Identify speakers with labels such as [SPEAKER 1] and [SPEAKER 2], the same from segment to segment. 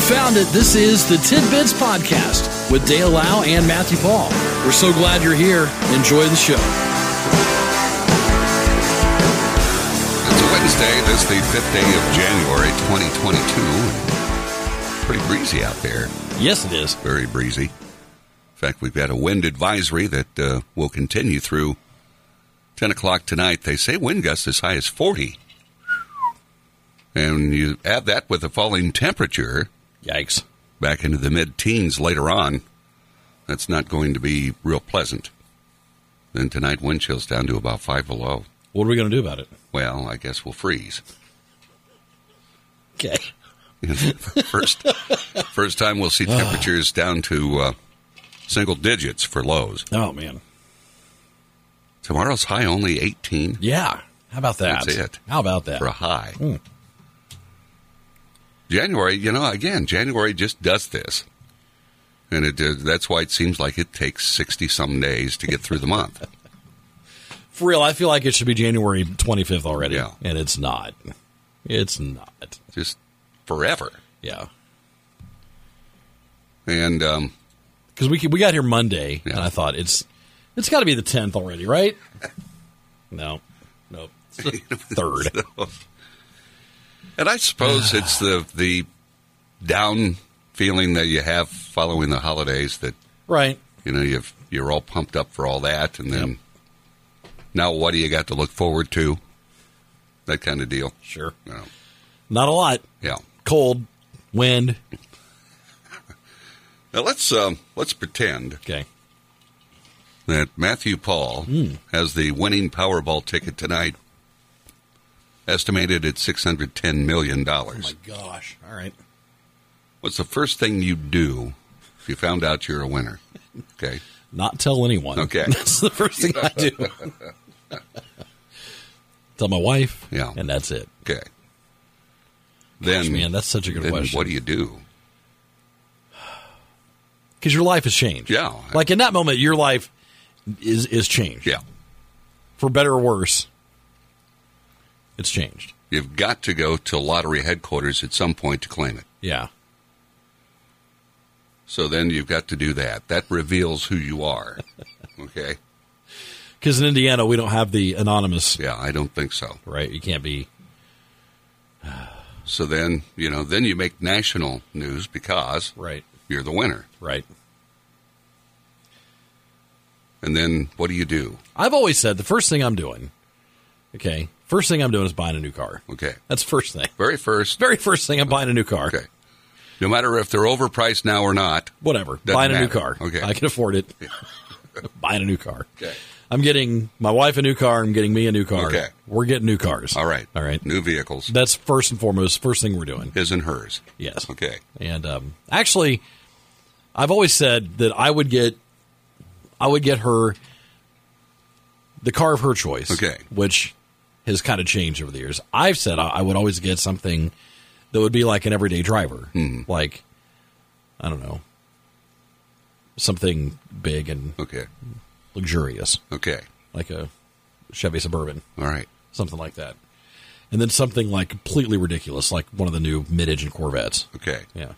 [SPEAKER 1] found it. This is the Tidbits Podcast with Dale Lau and Matthew Paul. We're so glad you're here. Enjoy the show.
[SPEAKER 2] It's Wednesday. This is the fifth day of January 2022. and Pretty breezy out there.
[SPEAKER 1] Yes, it is.
[SPEAKER 2] Very breezy. In fact, we've got a wind advisory that uh, will continue through 10 o'clock tonight. They say wind gusts as high as 40. And you add that with the falling temperature
[SPEAKER 1] Yikes.
[SPEAKER 2] back into the mid teens later on. That's not going to be real pleasant. Then tonight, wind chills down to about 5 below.
[SPEAKER 1] What are we going to do about it?
[SPEAKER 2] Well, I guess we'll freeze.
[SPEAKER 1] Okay.
[SPEAKER 2] first first time we'll see temperatures down to uh, single digits for lows.
[SPEAKER 1] Oh, man.
[SPEAKER 2] Tomorrow's high only 18
[SPEAKER 1] Yeah. How about that?
[SPEAKER 2] That's it.
[SPEAKER 1] How about that?
[SPEAKER 2] for a high. January, you know, again, January just does this. And it does, that's why it seems like it takes 60 some days to get through the month.
[SPEAKER 1] For real, I feel like it should be January 25th already.
[SPEAKER 2] Yeah.
[SPEAKER 1] And it's not. It's not.
[SPEAKER 2] Just forever.
[SPEAKER 1] Yeah.
[SPEAKER 2] And um,
[SPEAKER 1] Because we, we got here Monday,
[SPEAKER 2] Yeah.
[SPEAKER 1] and I thought it's it's got to be the 10th already, right? no. Nope. Third.
[SPEAKER 2] and I suppose it's the the down feeling that you have following the holidays that
[SPEAKER 1] Right.
[SPEAKER 2] you know you've you're all pumped up for all that and then now what do you got to look forward to that kind of deal
[SPEAKER 1] Sure.
[SPEAKER 2] you know,
[SPEAKER 1] Not a lot.
[SPEAKER 2] yeah
[SPEAKER 1] Cold, wind.
[SPEAKER 2] now let's um let's pretend
[SPEAKER 1] Okay.
[SPEAKER 2] that matthew paul
[SPEAKER 1] Hmm.
[SPEAKER 2] has the winning powerball ticket tonight estimated at 610 million dollars
[SPEAKER 1] Oh gosh. All right.
[SPEAKER 2] what's the first thing you do if you found out you're a winner okay
[SPEAKER 1] Not tell anyone.
[SPEAKER 2] Okay.
[SPEAKER 1] That's the first thing I do. tell my wife.
[SPEAKER 2] Yeah.
[SPEAKER 1] And that's it.
[SPEAKER 2] okay then
[SPEAKER 1] Gosh, man, that's such a good
[SPEAKER 2] then
[SPEAKER 1] question.
[SPEAKER 2] what do you do
[SPEAKER 1] Because your life has changed.
[SPEAKER 2] Yeah.
[SPEAKER 1] Like in that moment, your life is is changed.
[SPEAKER 2] yeah
[SPEAKER 1] For better or worse, it's changed.
[SPEAKER 2] you've got to go to lottery headquarters at some point to claim it
[SPEAKER 1] Yeah.
[SPEAKER 2] So then you've got to do that. That reveals who you are. Okay.
[SPEAKER 1] Because in Indiana, we don't have the anonymous.
[SPEAKER 2] Yeah, I don't think so.
[SPEAKER 1] Right. You can't be.
[SPEAKER 2] So then, you know, then you make national news because
[SPEAKER 1] Right.
[SPEAKER 2] you're the winner.
[SPEAKER 1] Right.
[SPEAKER 2] And then what do you do?
[SPEAKER 1] I've always said the first thing I'm doing, okay, first thing I'm doing is buying a new car.
[SPEAKER 2] Okay.
[SPEAKER 1] That's first thing.
[SPEAKER 2] Very first.
[SPEAKER 1] Very first thing I'm buying a new car.
[SPEAKER 2] Okay. No matter if they're overpriced now or not.
[SPEAKER 1] Whatever.
[SPEAKER 2] Doesn't
[SPEAKER 1] buying a new
[SPEAKER 2] matter.
[SPEAKER 1] car.
[SPEAKER 2] Okay.
[SPEAKER 1] I can afford it. buying a new car.
[SPEAKER 2] Okay.
[SPEAKER 1] I'm getting my wife a new car. I'm getting me a new car.
[SPEAKER 2] Okay.
[SPEAKER 1] We're getting new cars.
[SPEAKER 2] All right.
[SPEAKER 1] All right.
[SPEAKER 2] New vehicles.
[SPEAKER 1] That's first and foremost, first thing we're doing.
[SPEAKER 2] His and hers.
[SPEAKER 1] Yes.
[SPEAKER 2] Okay.
[SPEAKER 1] And um, actually, I've always said that I would get, I would get her the car of her choice.
[SPEAKER 2] Okay.
[SPEAKER 1] which has kind of changed over the years. I've said I, I would always get something that would be like an everyday driver, like I don't know, something big and
[SPEAKER 2] Okay.
[SPEAKER 1] luxurious,
[SPEAKER 2] Okay.
[SPEAKER 1] like a Chevy Suburban,
[SPEAKER 2] All right.
[SPEAKER 1] something like that. And then something like completely ridiculous, like one of the new mid-engine Corvettes.
[SPEAKER 2] Okay.
[SPEAKER 1] Yeah.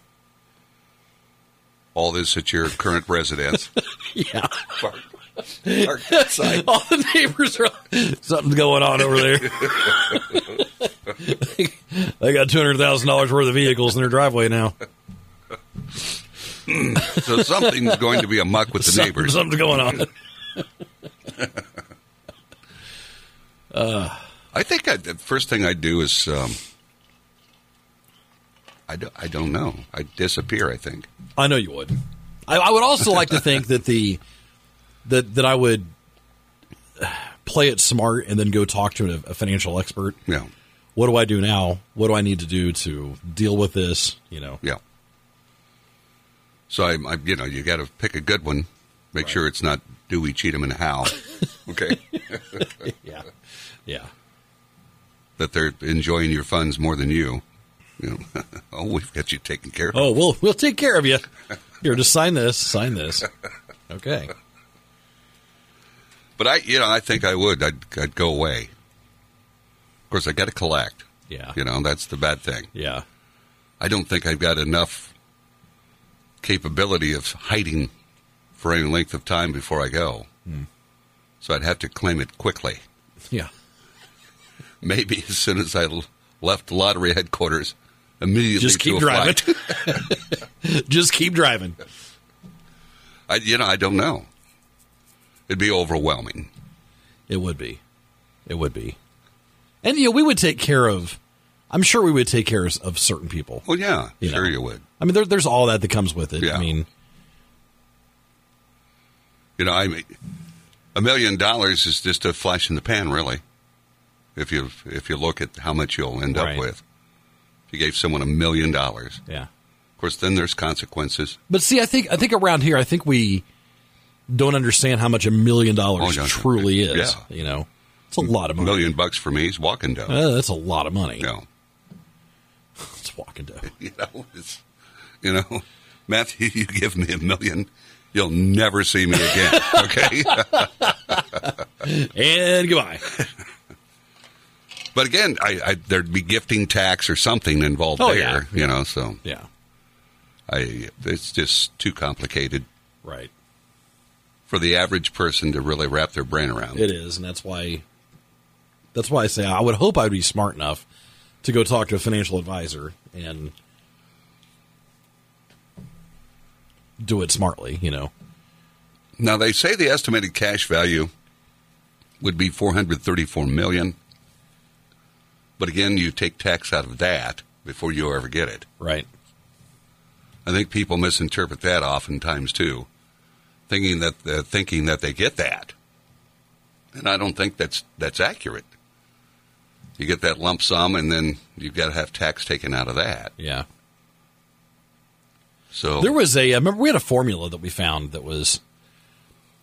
[SPEAKER 2] All this at your current residence.
[SPEAKER 1] Yeah.
[SPEAKER 2] Park. Park outside.
[SPEAKER 1] All the neighbors are something's going on over there. they got two hundred thousand dollars worth of vehicles in their driveway now.
[SPEAKER 2] So something's going to be amuck with the
[SPEAKER 1] Some-
[SPEAKER 2] neighbors.
[SPEAKER 1] something's going on.
[SPEAKER 2] I think I, the first thing I do is um, I, do, I don't know. I disappear. I think.
[SPEAKER 1] I know you would. I, I would also like to think that the that that I would play it smart and then go talk to a, a financial expert.
[SPEAKER 2] Yeah,
[SPEAKER 1] What do I do now? What do I need to do to deal with this? You know.
[SPEAKER 2] yeah. So I, I you know, you got to pick a good one. Make sure it's not Dewey, Cheatham, and Howe. okay,
[SPEAKER 1] Yeah. Yeah.
[SPEAKER 2] that they're enjoying your funds more than you. You know, oh, we've got you taken care of.
[SPEAKER 1] Oh, we'll we'll take care of you. Here, just sign this. Sign this. Okay.
[SPEAKER 2] But I, you know, I think I would. I'd, I'd go away. Of course, I got to collect.
[SPEAKER 1] Yeah.
[SPEAKER 2] You know, that's the bad thing.
[SPEAKER 1] Yeah.
[SPEAKER 2] I don't think I've got enough capability of hiding for any length of time before I go.
[SPEAKER 1] Hmm.
[SPEAKER 2] So I'd have to claim it quickly.
[SPEAKER 1] Yeah.
[SPEAKER 2] Maybe as soon as I l- left lottery headquarters, immediately
[SPEAKER 1] Just
[SPEAKER 2] to
[SPEAKER 1] keep
[SPEAKER 2] a
[SPEAKER 1] driving.
[SPEAKER 2] flight.
[SPEAKER 1] Just keep driving.
[SPEAKER 2] I, you know, I don't know. It'd be overwhelming.
[SPEAKER 1] It would be. It would be. And you know, we would take care of I'm sure we would take care of, of certain people.
[SPEAKER 2] Well, yeah,
[SPEAKER 1] You
[SPEAKER 2] sure
[SPEAKER 1] know.
[SPEAKER 2] you would.
[SPEAKER 1] I mean there, there's all that that comes with it.
[SPEAKER 2] Yeah.
[SPEAKER 1] I mean,
[SPEAKER 2] You know, I mean, a million dollars is just a flash in the pan, really. If you if you look at how much you'll end
[SPEAKER 1] Right.
[SPEAKER 2] up with, if you gave someone a million dollars,
[SPEAKER 1] yeah.
[SPEAKER 2] of course, then there's consequences.
[SPEAKER 1] But see, I think I think around here I think we don't understand how much a million dollars
[SPEAKER 2] Oh, yeah.
[SPEAKER 1] truly is,
[SPEAKER 2] Yeah.
[SPEAKER 1] you know. It's a lot of
[SPEAKER 2] A
[SPEAKER 1] money.
[SPEAKER 2] million bucks for me is walking dough.
[SPEAKER 1] Uh, that's a lot of money.
[SPEAKER 2] you know,
[SPEAKER 1] It's walking dough.
[SPEAKER 2] you know, it's, you know, Matthew, you give me a million, you'll never see me again. Okay.
[SPEAKER 1] And goodbye.
[SPEAKER 2] But again, I, I there'd be gifting tax or something involved
[SPEAKER 1] Oh,
[SPEAKER 2] there,
[SPEAKER 1] yeah.
[SPEAKER 2] you know. So
[SPEAKER 1] Yeah.
[SPEAKER 2] I, it's just too complicated
[SPEAKER 1] Right.
[SPEAKER 2] for the average person to really wrap their brain around.
[SPEAKER 1] It is, and that's why that's why I say I would hope I'd be smart enough to go talk to a financial advisor and do it smartly, you know.
[SPEAKER 2] Now they say the estimated cash value would be 434 million. But again, you take tax out of that before you ever get it.
[SPEAKER 1] Right.
[SPEAKER 2] I think people misinterpret that oftentimes too, thinking that uh, thinking that they get that, and I don't think that's that's accurate. You get that lump sum, and then you've got to have tax taken out of that.
[SPEAKER 1] Yeah.
[SPEAKER 2] So
[SPEAKER 1] There was a I remember we had a formula that we found that was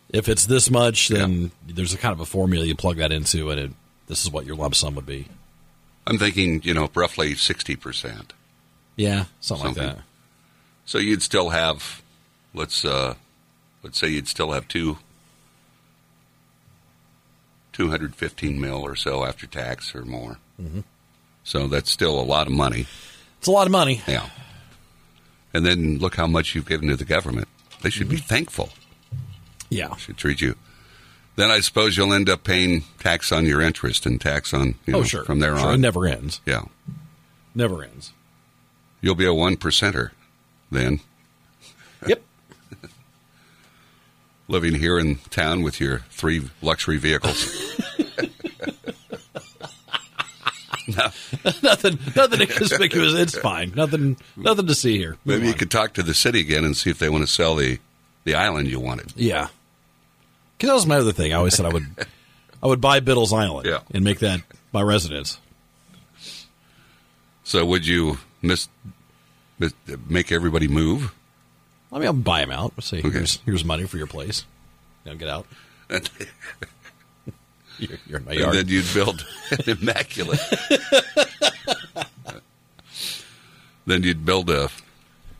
[SPEAKER 1] if it's this much, then there's a kind of a formula you plug that into and it, this is what your lump sum would be.
[SPEAKER 2] I'm thinking, you know, roughly sixty percent.
[SPEAKER 1] Yeah, something, like
[SPEAKER 2] Something.
[SPEAKER 1] that.
[SPEAKER 2] So you'd still have, let's uh, let's say you'd still have two. 215 mil or so after tax or more. Mm-hmm. So that's still a lot of money.
[SPEAKER 1] It's a lot of money.
[SPEAKER 2] Yeah. And then look how much you've given to the government. They should
[SPEAKER 1] Mm-hmm.
[SPEAKER 2] be thankful.
[SPEAKER 1] Yeah.
[SPEAKER 2] They should treat you. Then I suppose you'll end up paying tax on your interest and tax on you
[SPEAKER 1] oh
[SPEAKER 2] know,
[SPEAKER 1] sure.
[SPEAKER 2] from there
[SPEAKER 1] Sure, It
[SPEAKER 2] on.
[SPEAKER 1] never ends.
[SPEAKER 2] yeah.
[SPEAKER 1] Never ends.
[SPEAKER 2] You'll be a one percenter then,
[SPEAKER 1] yep.
[SPEAKER 2] living here in town with your three luxury vehicles.
[SPEAKER 1] nothing, nothing inconspicuous. It's fine. Nothing, nothing to see here. Move
[SPEAKER 2] Maybe you
[SPEAKER 1] on.
[SPEAKER 2] could talk to the city again and see if they want to sell the, the island you wanted.
[SPEAKER 1] Yeah. Because that was my other thing. I always said I would, I would buy Biddle's Island
[SPEAKER 2] Yeah.
[SPEAKER 1] and make that my residence.
[SPEAKER 2] So would you miss, miss make everybody move?
[SPEAKER 1] I mean, I'll buy him out. We'll see.
[SPEAKER 2] Okay.
[SPEAKER 1] Here's here's money for your place. Now get out. You're, you're in my yard.
[SPEAKER 2] And then you'd build an immaculate. then you'd build a,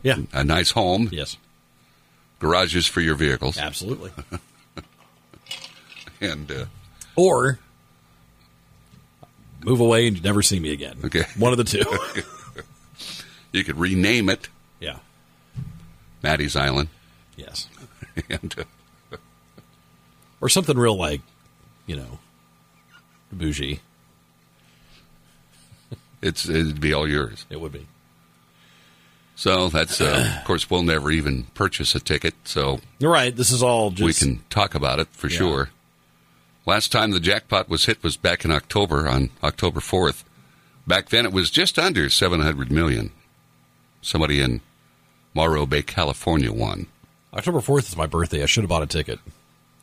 [SPEAKER 1] yeah.
[SPEAKER 2] a nice home,
[SPEAKER 1] Yes.
[SPEAKER 2] garages for your vehicles,
[SPEAKER 1] Absolutely.
[SPEAKER 2] and uh,
[SPEAKER 1] Or move away and you never see me again.
[SPEAKER 2] Okay.
[SPEAKER 1] One of the two.
[SPEAKER 2] you could rename it
[SPEAKER 1] yeah.
[SPEAKER 2] Maddie's Island,
[SPEAKER 1] Yes.
[SPEAKER 2] and uh,
[SPEAKER 1] Or something real like, you know, bougie.
[SPEAKER 2] it's it'd be all yours.
[SPEAKER 1] It would be.
[SPEAKER 2] So that's uh, of course we'll never even purchase a ticket, so
[SPEAKER 1] You're right. This is all just
[SPEAKER 2] we can talk about it for
[SPEAKER 1] Yeah.
[SPEAKER 2] sure. Last time the jackpot was hit was back in October on October 4th. Back then it was just under 700 million. Somebody in Morro Bay, California won.
[SPEAKER 1] October 4th is my birthday. I should have bought a ticket.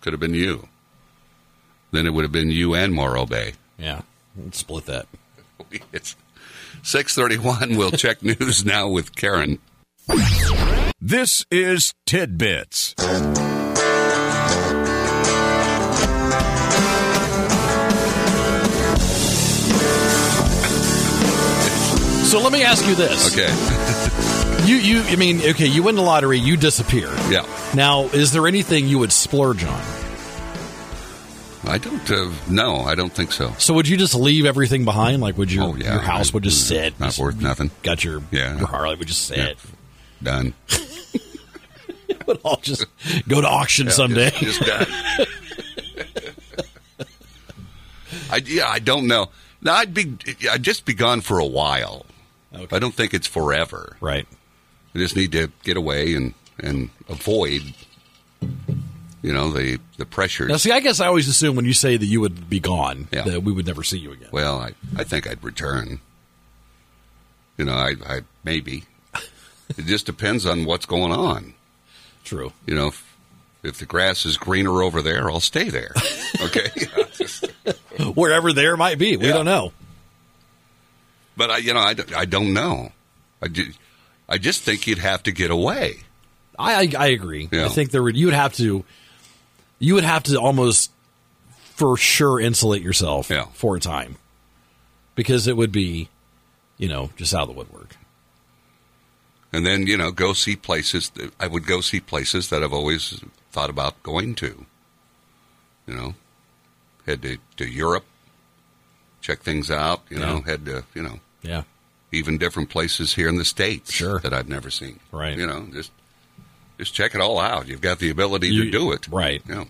[SPEAKER 2] Could have been you. Then it would have been you and Morro Bay.
[SPEAKER 1] Yeah. Let's split that.
[SPEAKER 2] It's 631. We'll check news now with Karen.
[SPEAKER 3] This is Tidbits.
[SPEAKER 1] So let me ask you this.
[SPEAKER 2] Okay.
[SPEAKER 1] You you I mean, okay, you win the lottery, you disappear.
[SPEAKER 2] Yeah.
[SPEAKER 1] Now, is there anything you would splurge on?
[SPEAKER 2] I don't, uh, no, I don't think so.
[SPEAKER 1] So would you just leave everything behind? Like would your
[SPEAKER 2] Oh, yeah. Mm-hmm.
[SPEAKER 1] your house would just sit?
[SPEAKER 2] Not
[SPEAKER 1] Just
[SPEAKER 2] worth nothing.
[SPEAKER 1] Got your
[SPEAKER 2] Yeah.
[SPEAKER 1] your Harley would just sit.
[SPEAKER 2] Done.
[SPEAKER 1] would all just go to auction someday.
[SPEAKER 2] Just, just done. I, yeah, I don't know. Now I'd be I'd just be gone for a while.
[SPEAKER 1] Okay.
[SPEAKER 2] I don't think it's forever.
[SPEAKER 1] right.
[SPEAKER 2] I just need to get away and and avoid, you know, the the pressures.
[SPEAKER 1] Now, see, I guess I always assume when you say that you would be gone,
[SPEAKER 2] Yeah.
[SPEAKER 1] that we would never see you again.
[SPEAKER 2] Well, I, I think I'd return. You know, I, I maybe. It just depends on what's going on.
[SPEAKER 1] True.
[SPEAKER 2] You know, if, if the grass is greener over there, I'll stay there. Okay. Just-
[SPEAKER 1] Wherever there might be, we
[SPEAKER 2] Yeah.
[SPEAKER 1] don't know.
[SPEAKER 2] but I, you know, I, don't- I don't know. I just, I just think you'd have to get away.
[SPEAKER 1] I I, I agree.
[SPEAKER 2] Yeah.
[SPEAKER 1] I think there would you would have to you would have to almost for sure insulate yourself
[SPEAKER 2] Yeah.
[SPEAKER 1] for a time because it would be you know just out of the woodwork.
[SPEAKER 2] And then, you know, go see places. that- I would go see places that I've always thought about going to. You know, head to, to Europe, check things out, you know,
[SPEAKER 1] Yeah.
[SPEAKER 2] head to, you know,
[SPEAKER 1] Yeah.
[SPEAKER 2] even different places here in the states
[SPEAKER 1] Sure.
[SPEAKER 2] that I've never seen.
[SPEAKER 1] Right.
[SPEAKER 2] You know, just just check it all out. You've got the ability
[SPEAKER 1] You-
[SPEAKER 2] to do it.
[SPEAKER 1] right.
[SPEAKER 2] Yeah.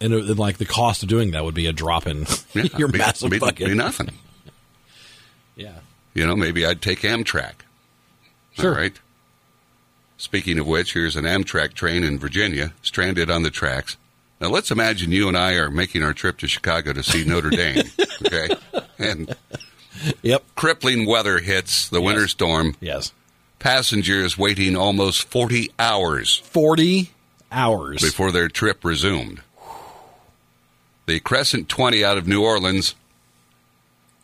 [SPEAKER 1] And, it, and like the cost of doing that would be a drop in
[SPEAKER 2] yeah.
[SPEAKER 1] your
[SPEAKER 2] be,
[SPEAKER 1] massive
[SPEAKER 2] be,
[SPEAKER 1] bucket.
[SPEAKER 2] Be nothing.
[SPEAKER 1] yeah.
[SPEAKER 2] You know, maybe I'd take Amtrak.
[SPEAKER 1] Sure.
[SPEAKER 2] All right. Speaking of which, here's an Amtrak train in Virginia stranded on the tracks. Now let's imagine you and I are making our trip to Chicago to see Notre Dame. Okay. And
[SPEAKER 1] Yep.
[SPEAKER 2] crippling weather hits the winter
[SPEAKER 1] Yes.
[SPEAKER 2] storm.
[SPEAKER 1] Yes.
[SPEAKER 2] Passengers waiting almost 40 hours
[SPEAKER 1] 40 hours.
[SPEAKER 2] before their trip resumed. The Crescent 20 out of New Orleans,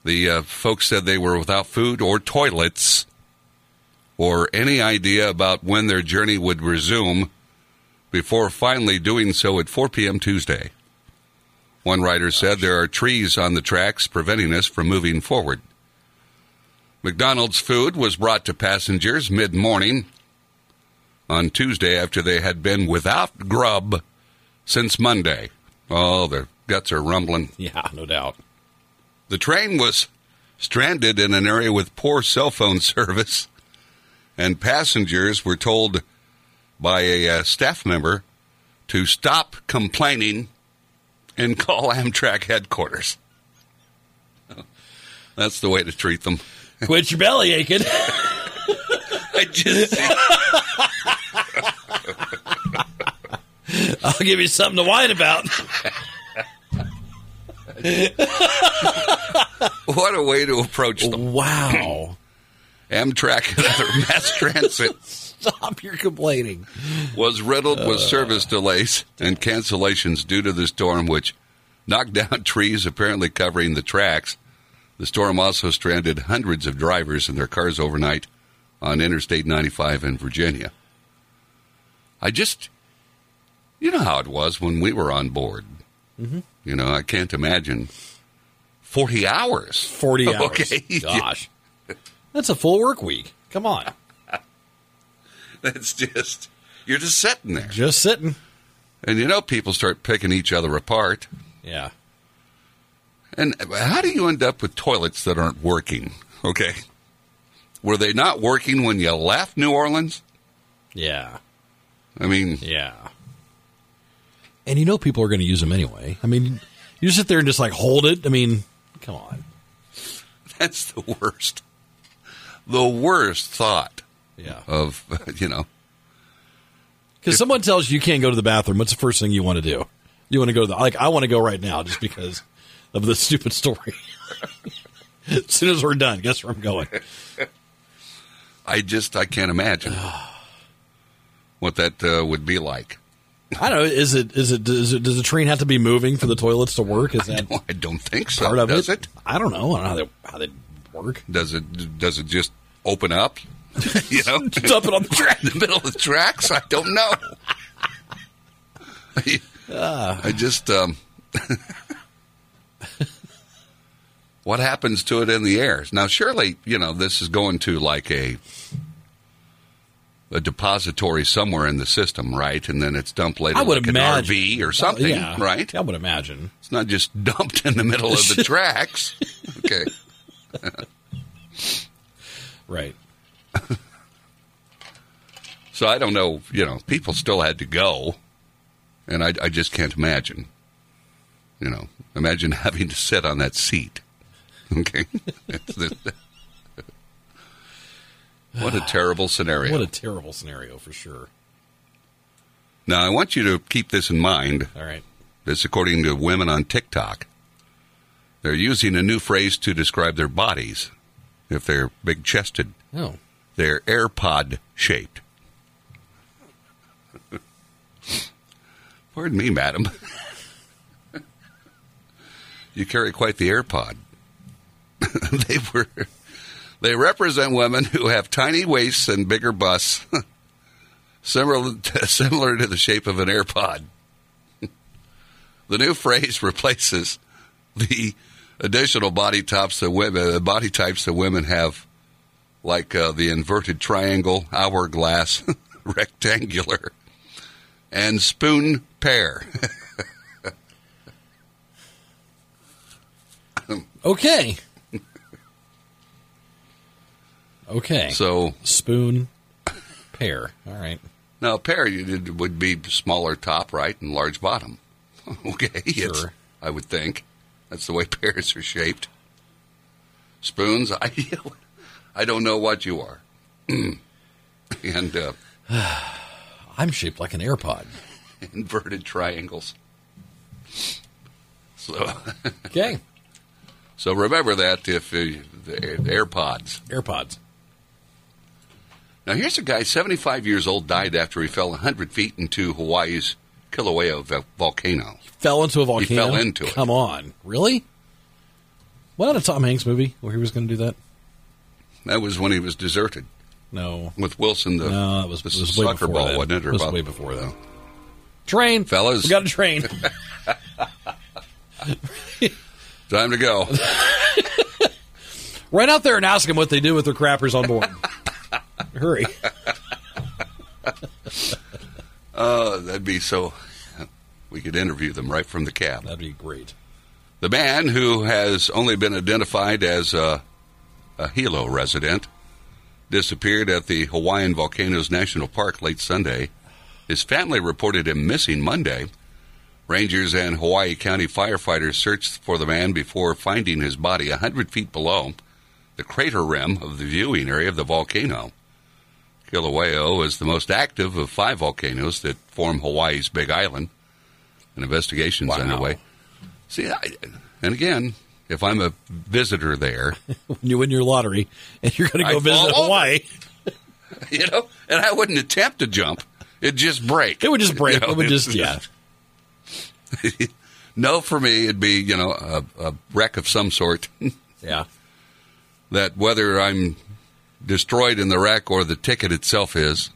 [SPEAKER 2] the uh, folks said they were without food or toilets or any idea about when their journey would resume before finally doing so at 4 p.m. Tuesday. One writer said there are trees on the tracks preventing us from moving forward. McDonald's food was brought to passengers mid morning on Tuesday after they had been without grub since Monday. Oh, their guts are rumbling.
[SPEAKER 1] Yeah, no doubt.
[SPEAKER 2] The train was stranded in an area with poor cell phone service, and passengers were told by a uh, staff member to stop complaining and call Amtrak headquarters. That's the way to treat them.
[SPEAKER 1] Quit your belly aching.
[SPEAKER 2] I just
[SPEAKER 1] I'll give you something to whine about.
[SPEAKER 2] what a way to approach them.
[SPEAKER 1] wow.
[SPEAKER 2] Amtrak and other mass transit
[SPEAKER 1] Stop your complaining.
[SPEAKER 2] was riddled with service delays and cancellations due to the storm, which knocked down trees apparently covering the tracks. The storm also stranded hundreds of drivers in their cars overnight on Interstate 95 in Virginia. I just, you know how it was when we were on board. You know, I can't imagine 40 hours.
[SPEAKER 1] 40 hours.
[SPEAKER 2] Okay.
[SPEAKER 1] Gosh. That's a full work week. Come on.
[SPEAKER 2] That's just, you're just sitting there.
[SPEAKER 1] Just sitting.
[SPEAKER 2] And you know, people start picking each other apart.
[SPEAKER 1] Yeah.
[SPEAKER 2] And how do you end up with toilets that aren't working? Okay. Were they not working when you left New Orleans?
[SPEAKER 1] Yeah.
[SPEAKER 2] I mean,
[SPEAKER 1] Yeah. And you know people are going to use them anyway. I mean, you sit there and just like hold it. I mean, come on.
[SPEAKER 2] that's the worst. The worst thought
[SPEAKER 1] Yeah.
[SPEAKER 2] of, you know,
[SPEAKER 1] Because someone tells you you can't go to the bathroom. What's the first thing you want to do? You want to go to the, like, I want to go right now just because of this stupid story. as soon as we're done, guess where I'm going?
[SPEAKER 2] I just, I can't imagine what that uh, would be like.
[SPEAKER 1] I don't know. Is it, is it, does it, does the train have to be moving for the toilets to work? Is that
[SPEAKER 2] I don't think so.
[SPEAKER 1] part of
[SPEAKER 2] Oh, does
[SPEAKER 1] it? I don't know. I don't know how they, how they work.
[SPEAKER 2] Does it? Does it just open up? you know,
[SPEAKER 1] Dump it on the track.
[SPEAKER 2] in the middle of the tracks? I don't know. I,
[SPEAKER 1] Ah.
[SPEAKER 2] I just um, what happens to it in the air? Now, surely you know this is going to like a a depository somewhere in the system, right? And then it's dumped later,
[SPEAKER 1] I would
[SPEAKER 2] like
[SPEAKER 1] imagine. Uh,
[SPEAKER 2] an RV or something,
[SPEAKER 1] yeah.
[SPEAKER 2] right?
[SPEAKER 1] I would imagine.
[SPEAKER 2] It's not just dumped in the middle of the tracks. Okay.
[SPEAKER 1] Right.
[SPEAKER 2] So I don't know. You know, people still had to go, and I, I just can't imagine. You know, imagine having to sit on that seat. Okay, what a terrible scenario.
[SPEAKER 1] What a terrible scenario for sure.
[SPEAKER 2] now I want you to keep this in mind.
[SPEAKER 1] All right.
[SPEAKER 2] This, according to women on TikTok, they're using a new phrase to describe their bodies. If they're big chested,
[SPEAKER 1] Oh.
[SPEAKER 2] they're AirPod shaped. Pardon me, madam. you carry quite the AirPod. they were. They represent women who have tiny waists and bigger busts, similar to, similar to the shape of an AirPod. The new phrase replaces the additional body tops that women, uh, body types that women have, like uh, the inverted triangle, hourglass, rectangular, and spoon pear.
[SPEAKER 1] Okay. okay.
[SPEAKER 2] so
[SPEAKER 1] Spoon, pear. All right.
[SPEAKER 2] now pear you did- would be smaller top right and large bottom. Okay, it's-
[SPEAKER 1] Sure.
[SPEAKER 2] I would think that's the way pears are shaped. Spoons, I, I don't know what you are, and. Uh,
[SPEAKER 1] I'm shaped like an AirPod.
[SPEAKER 2] inverted triangles. So,
[SPEAKER 1] Okay.
[SPEAKER 2] so remember that if uh, the the AirPods.
[SPEAKER 1] AirPods.
[SPEAKER 2] Now here's a guy, 75 years old, died after he fell 100 feet into Hawaii's Kilauea vo- volcano.
[SPEAKER 1] Fell into a volcano.
[SPEAKER 2] fell into it.
[SPEAKER 1] Come on. Really? What not a Tom Hanks movie where he was going to do that?
[SPEAKER 2] That was when he was deserted
[SPEAKER 1] No.
[SPEAKER 2] with Wilson. The,
[SPEAKER 1] No, that was,
[SPEAKER 2] the
[SPEAKER 1] it was way
[SPEAKER 2] soccer
[SPEAKER 1] before
[SPEAKER 2] ball,
[SPEAKER 1] that.
[SPEAKER 2] wasn't it? Or
[SPEAKER 1] It was
[SPEAKER 2] about-
[SPEAKER 1] way before that. Train.
[SPEAKER 2] Fellas.
[SPEAKER 1] We got a train.
[SPEAKER 2] Time to go.
[SPEAKER 1] Run out there and ask them what they do with their crappers on board. Hurry.
[SPEAKER 2] Uh, that'd be so. We could interview them right from the cab.
[SPEAKER 1] That'd be great.
[SPEAKER 2] The man who has only been identified as uh, a, a Hilo resident disappeared at the Hawaiian Volcanoes National Park late Sunday. His family reported him missing Monday. Rangers and Hawaii County firefighters searched for the man before finding his body 100 feet below the crater rim of the viewing area of the volcano. Kilauea is the most active of five volcanoes that form Hawaii's Big Island. An investigation's
[SPEAKER 1] Wow.
[SPEAKER 2] underway. See, I, and again, if I'm a visitor there,
[SPEAKER 1] When you win your lottery and you're going to go
[SPEAKER 2] I'd
[SPEAKER 1] visit
[SPEAKER 2] fall over.
[SPEAKER 1] Hawaii,
[SPEAKER 2] you know, and I wouldn't attempt to jump, it'd just break.
[SPEAKER 1] it would just break.
[SPEAKER 2] You know,
[SPEAKER 1] it would
[SPEAKER 2] it's-
[SPEAKER 1] just, yeah.
[SPEAKER 2] No, for me, it'd be you know a, a wreck of some sort.
[SPEAKER 1] Yeah.
[SPEAKER 2] that whether I'm destroyed in the wreck or the ticket itself is,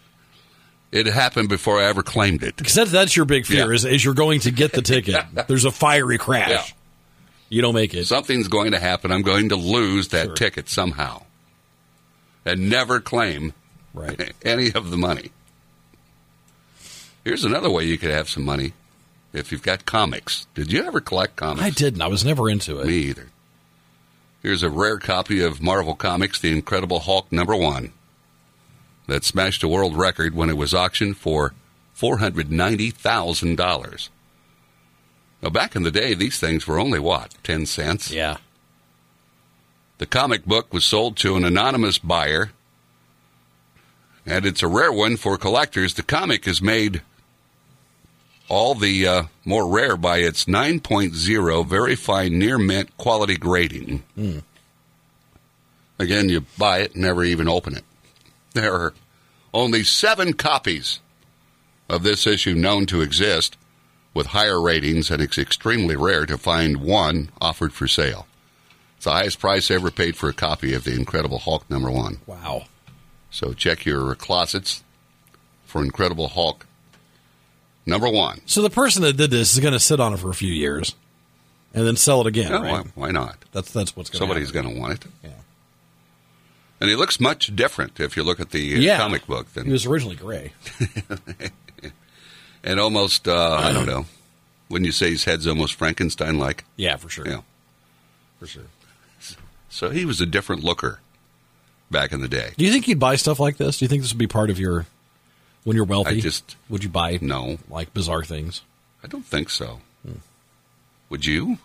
[SPEAKER 2] it happened before I ever claimed it.
[SPEAKER 1] Because that's, that's your big fear
[SPEAKER 2] Yeah.
[SPEAKER 1] is, is you're going to get the ticket. There's a fiery crash.
[SPEAKER 2] Yeah.
[SPEAKER 1] You don't make it.
[SPEAKER 2] Something's going to happen. I'm going to lose that
[SPEAKER 1] Sure.
[SPEAKER 2] ticket somehow, and never claim
[SPEAKER 1] right.
[SPEAKER 2] any of the money. Here's another way you could have some money if you've got comics. Did you ever collect comics?
[SPEAKER 1] I didn't. I was never into it.
[SPEAKER 2] Me either. Here's a rare copy of Marvel Comics The Incredible Hulk number one that smashed a world record when it was auctioned for $490,000. Now, back in the day, these things were only what, 10 cents?
[SPEAKER 1] Yeah.
[SPEAKER 2] The comic book was sold to an anonymous buyer, and it's a rare one for collectors. The comic is made all the uh, more rare by its 9.0 very fine near mint quality grading. Again, you buy it, never even open it. There are only seven copies of this issue known to exist, with higher ratings, and it's extremely rare to find one offered for sale. It's the highest price ever paid for a copy of The Incredible Hulk number one.
[SPEAKER 1] Wow.
[SPEAKER 2] So check your closets for Incredible Hulk number one.
[SPEAKER 1] So the person that did this is going to sit on it for a few years and then sell it again,
[SPEAKER 2] Yeah,
[SPEAKER 1] right?
[SPEAKER 2] why, why not?
[SPEAKER 1] That's that's what's going
[SPEAKER 2] Oh, Somebody's
[SPEAKER 1] happen.
[SPEAKER 2] going to want it.
[SPEAKER 1] Yeah.
[SPEAKER 2] And he looks much different if you look at the uh,
[SPEAKER 1] Yeah.
[SPEAKER 2] comic book than
[SPEAKER 1] He was originally gray.
[SPEAKER 2] and almost uh, I don't know. Wouldn't you say his head's almost Frankenstein like?
[SPEAKER 1] Yeah, for sure.
[SPEAKER 2] Yeah.
[SPEAKER 1] For sure.
[SPEAKER 2] So he was a different looker back in the day.
[SPEAKER 1] Do you think you'd buy stuff like this? Do you think this would be part of your when you're wealthy?
[SPEAKER 2] I just-
[SPEAKER 1] would you buy
[SPEAKER 2] No,
[SPEAKER 1] like bizarre things?
[SPEAKER 2] I don't think so.
[SPEAKER 1] Hmm.
[SPEAKER 2] Would you?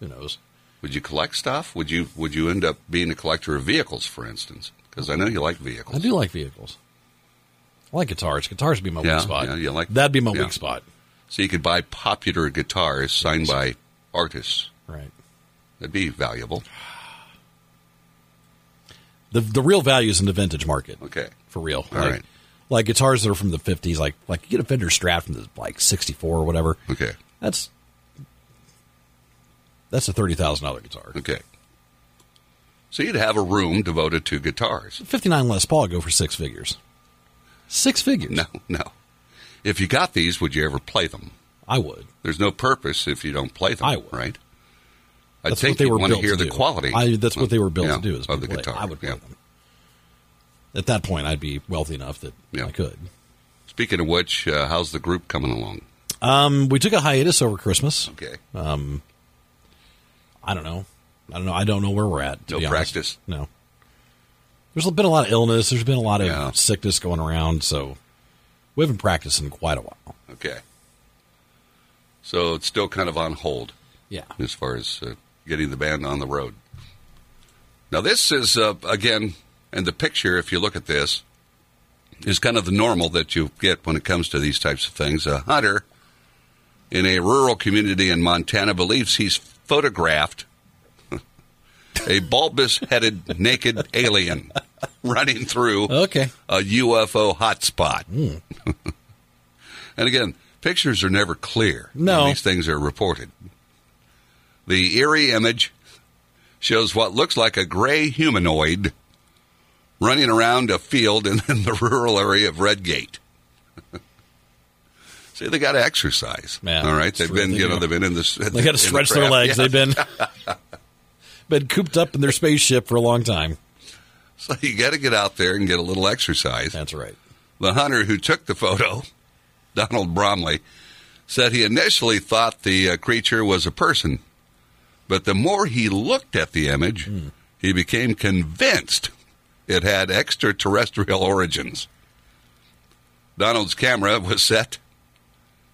[SPEAKER 1] Who knows?
[SPEAKER 2] Would you collect stuff? Would you Would you end up being a collector of vehicles, for instance? Because I know you like vehicles.
[SPEAKER 1] I do like vehicles. I like guitars. Guitars would be my
[SPEAKER 2] Yeah,
[SPEAKER 1] weak spot.
[SPEAKER 2] yeah, you like-
[SPEAKER 1] that'd be my
[SPEAKER 2] yeah.
[SPEAKER 1] weak spot.
[SPEAKER 2] So you could buy popular guitars signed by artists.
[SPEAKER 1] Right.
[SPEAKER 2] That'd be valuable.
[SPEAKER 1] The the real value is in the vintage market.
[SPEAKER 2] Okay.
[SPEAKER 1] For real.
[SPEAKER 2] All
[SPEAKER 1] like,
[SPEAKER 2] right.
[SPEAKER 1] like guitars that are from the fifties, like like you get a Fender Strat from the like sixty four or whatever.
[SPEAKER 2] Okay.
[SPEAKER 1] That's that's a thirty thousand dollar guitar.
[SPEAKER 2] Okay. So you'd have a room devoted to guitars.
[SPEAKER 1] Fifty nine Les Paul go for six figures. Six figures.
[SPEAKER 2] No, no. If you got these, would you ever play them?
[SPEAKER 1] I would.
[SPEAKER 2] There's no purpose if you don't play them,
[SPEAKER 1] I would.
[SPEAKER 2] right? I
[SPEAKER 1] That's
[SPEAKER 2] think
[SPEAKER 1] what they
[SPEAKER 2] you'd
[SPEAKER 1] were
[SPEAKER 2] want
[SPEAKER 1] built
[SPEAKER 2] to hear
[SPEAKER 1] to
[SPEAKER 2] the
[SPEAKER 1] do.
[SPEAKER 2] quality.
[SPEAKER 1] I, that's what they were built
[SPEAKER 2] yeah,
[SPEAKER 1] to do is
[SPEAKER 2] of the
[SPEAKER 1] play.
[SPEAKER 2] guitar.
[SPEAKER 1] I would play
[SPEAKER 2] yeah.
[SPEAKER 1] them. At that point, I'd be wealthy enough that
[SPEAKER 2] Yeah.
[SPEAKER 1] I could.
[SPEAKER 2] Speaking of which, uh, how's the group coming along?
[SPEAKER 1] Um, we took a hiatus over Christmas.
[SPEAKER 2] Okay.
[SPEAKER 1] I don't know. I don't know. I don't know where we're at. To
[SPEAKER 2] No
[SPEAKER 1] be honest.
[SPEAKER 2] practice.
[SPEAKER 1] No. There's been a lot of illness. There's been a lot of
[SPEAKER 2] Yeah.
[SPEAKER 1] sickness going around, so we haven't practiced in quite a while.
[SPEAKER 2] Okay. So it's still kind of on hold.
[SPEAKER 1] Yeah.
[SPEAKER 2] as far as uh, getting the band on the road. Now, this is, uh, again, and the picture, if you look at this, is kind of the normal that you get when it comes to these types of things. A hunter in a rural community in Montana believes he's photographed a bulbous headed naked alien running through
[SPEAKER 1] Okay.
[SPEAKER 2] a UFO hotspot.
[SPEAKER 1] Hmm.
[SPEAKER 2] and again, pictures are never clear. when
[SPEAKER 1] No.
[SPEAKER 2] These things are reported. The eerie image shows what looks like a gray humanoid running around a field in, in the rural area of Redgate. See, they got to exercise.
[SPEAKER 1] Yeah,
[SPEAKER 2] All right,
[SPEAKER 1] that's
[SPEAKER 2] they've
[SPEAKER 1] what
[SPEAKER 2] been,
[SPEAKER 1] they
[SPEAKER 2] you know,
[SPEAKER 1] do.
[SPEAKER 2] they've been in this.
[SPEAKER 1] They got to stretch their legs. They've been been cooped up in their spaceship for a long time.
[SPEAKER 2] So you got to get out there and get a little exercise.
[SPEAKER 1] That's right.
[SPEAKER 2] The hunter who took the photo, Donald Bromley, said he initially thought the uh, creature was a person, but the more he looked at the image, he became convinced it had extraterrestrial origins. Donald's camera was set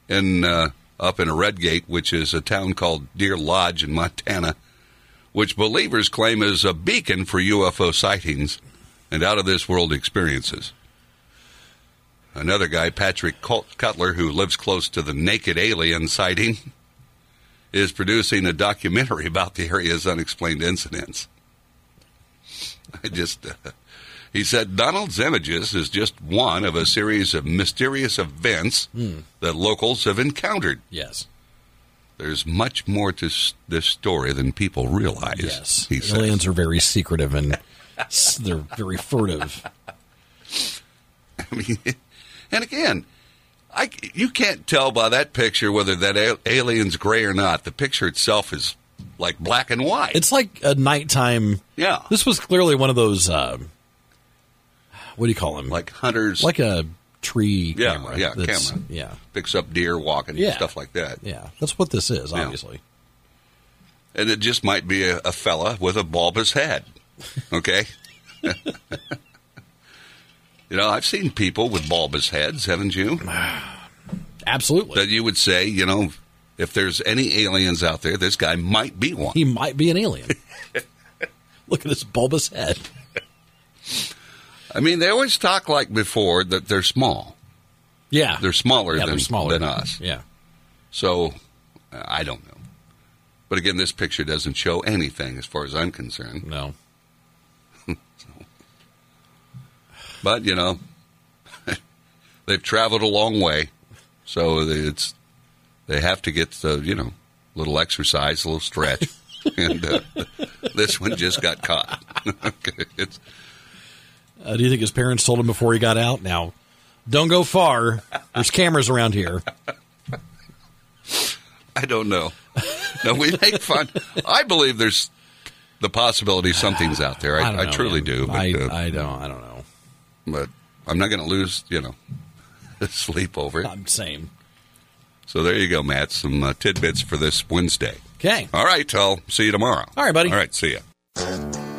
[SPEAKER 2] in uh, up in Redgate, which is a town called Deer Lodge in Montana, which believers claim is a beacon for UFO sightings and out of this world experiences another guy, Patrick Cult- Cutler, who lives close to the naked alien sighting, is producing a documentary about the area's unexplained incidents. I just, uh, he said, Donald's images is just one of a series of mysterious events that locals have encountered.
[SPEAKER 1] Yes.
[SPEAKER 2] There's much more to s- this story than people realize.
[SPEAKER 1] Yes.
[SPEAKER 2] he says.
[SPEAKER 1] Aliens are very secretive and s- they're very furtive.
[SPEAKER 2] I mean, and again, I you can't tell by that picture whether that a- alien's gray or not. The picture itself is like black and white.
[SPEAKER 1] It's like a nighttime.
[SPEAKER 2] yeah,
[SPEAKER 1] This was clearly one of those. Um, what do you call them?
[SPEAKER 2] like hunters
[SPEAKER 1] like a tree
[SPEAKER 2] Yeah,
[SPEAKER 1] camera.
[SPEAKER 2] yeah,
[SPEAKER 1] that's-
[SPEAKER 2] camera.
[SPEAKER 1] Yeah,
[SPEAKER 2] picks up deer walking and
[SPEAKER 1] Yeah.
[SPEAKER 2] stuff like that.
[SPEAKER 1] yeah. That's what this is, obviously.
[SPEAKER 2] And it just might be a, a fella with a bulbous head. Okay. you know, I've seen people with bulbous heads, haven't you?
[SPEAKER 1] Absolutely.
[SPEAKER 2] That you would say, you know, if there's any aliens out there, this guy might be one.
[SPEAKER 1] he might be an alien. Look at his bulbous head.
[SPEAKER 2] I mean, they always talk like before that they're small.
[SPEAKER 1] Yeah.
[SPEAKER 2] They're smaller
[SPEAKER 1] yeah,
[SPEAKER 2] than
[SPEAKER 1] they're smaller
[SPEAKER 2] than us.
[SPEAKER 1] Yeah.
[SPEAKER 2] So uh, I don't know. But again, this picture doesn't show anything as far as I'm concerned.
[SPEAKER 1] No.
[SPEAKER 2] But you know, they've traveled a long way, so it's they have to get the you know little exercise, a little stretch, and uh, this one just got caught. Okay, it's
[SPEAKER 1] Uh, do you think his parents told him before he got out? Now, don't go far. There's cameras around here.
[SPEAKER 2] I don't know. No, we make fun. I believe there's the possibility something's out there. I, I,
[SPEAKER 1] don't know,
[SPEAKER 2] truly
[SPEAKER 1] man.
[SPEAKER 2] do. But,
[SPEAKER 1] I,
[SPEAKER 2] uh,
[SPEAKER 1] I don't. I don't know.
[SPEAKER 2] but I'm not going to lose, you know, sleep over it.
[SPEAKER 1] I'm same.
[SPEAKER 2] So there you go, Matt. Some uh, tidbits for this Wednesday.
[SPEAKER 1] Okay.
[SPEAKER 2] Uh, All right, I'll see you tomorrow.
[SPEAKER 1] All right, buddy.
[SPEAKER 2] All right, see ya.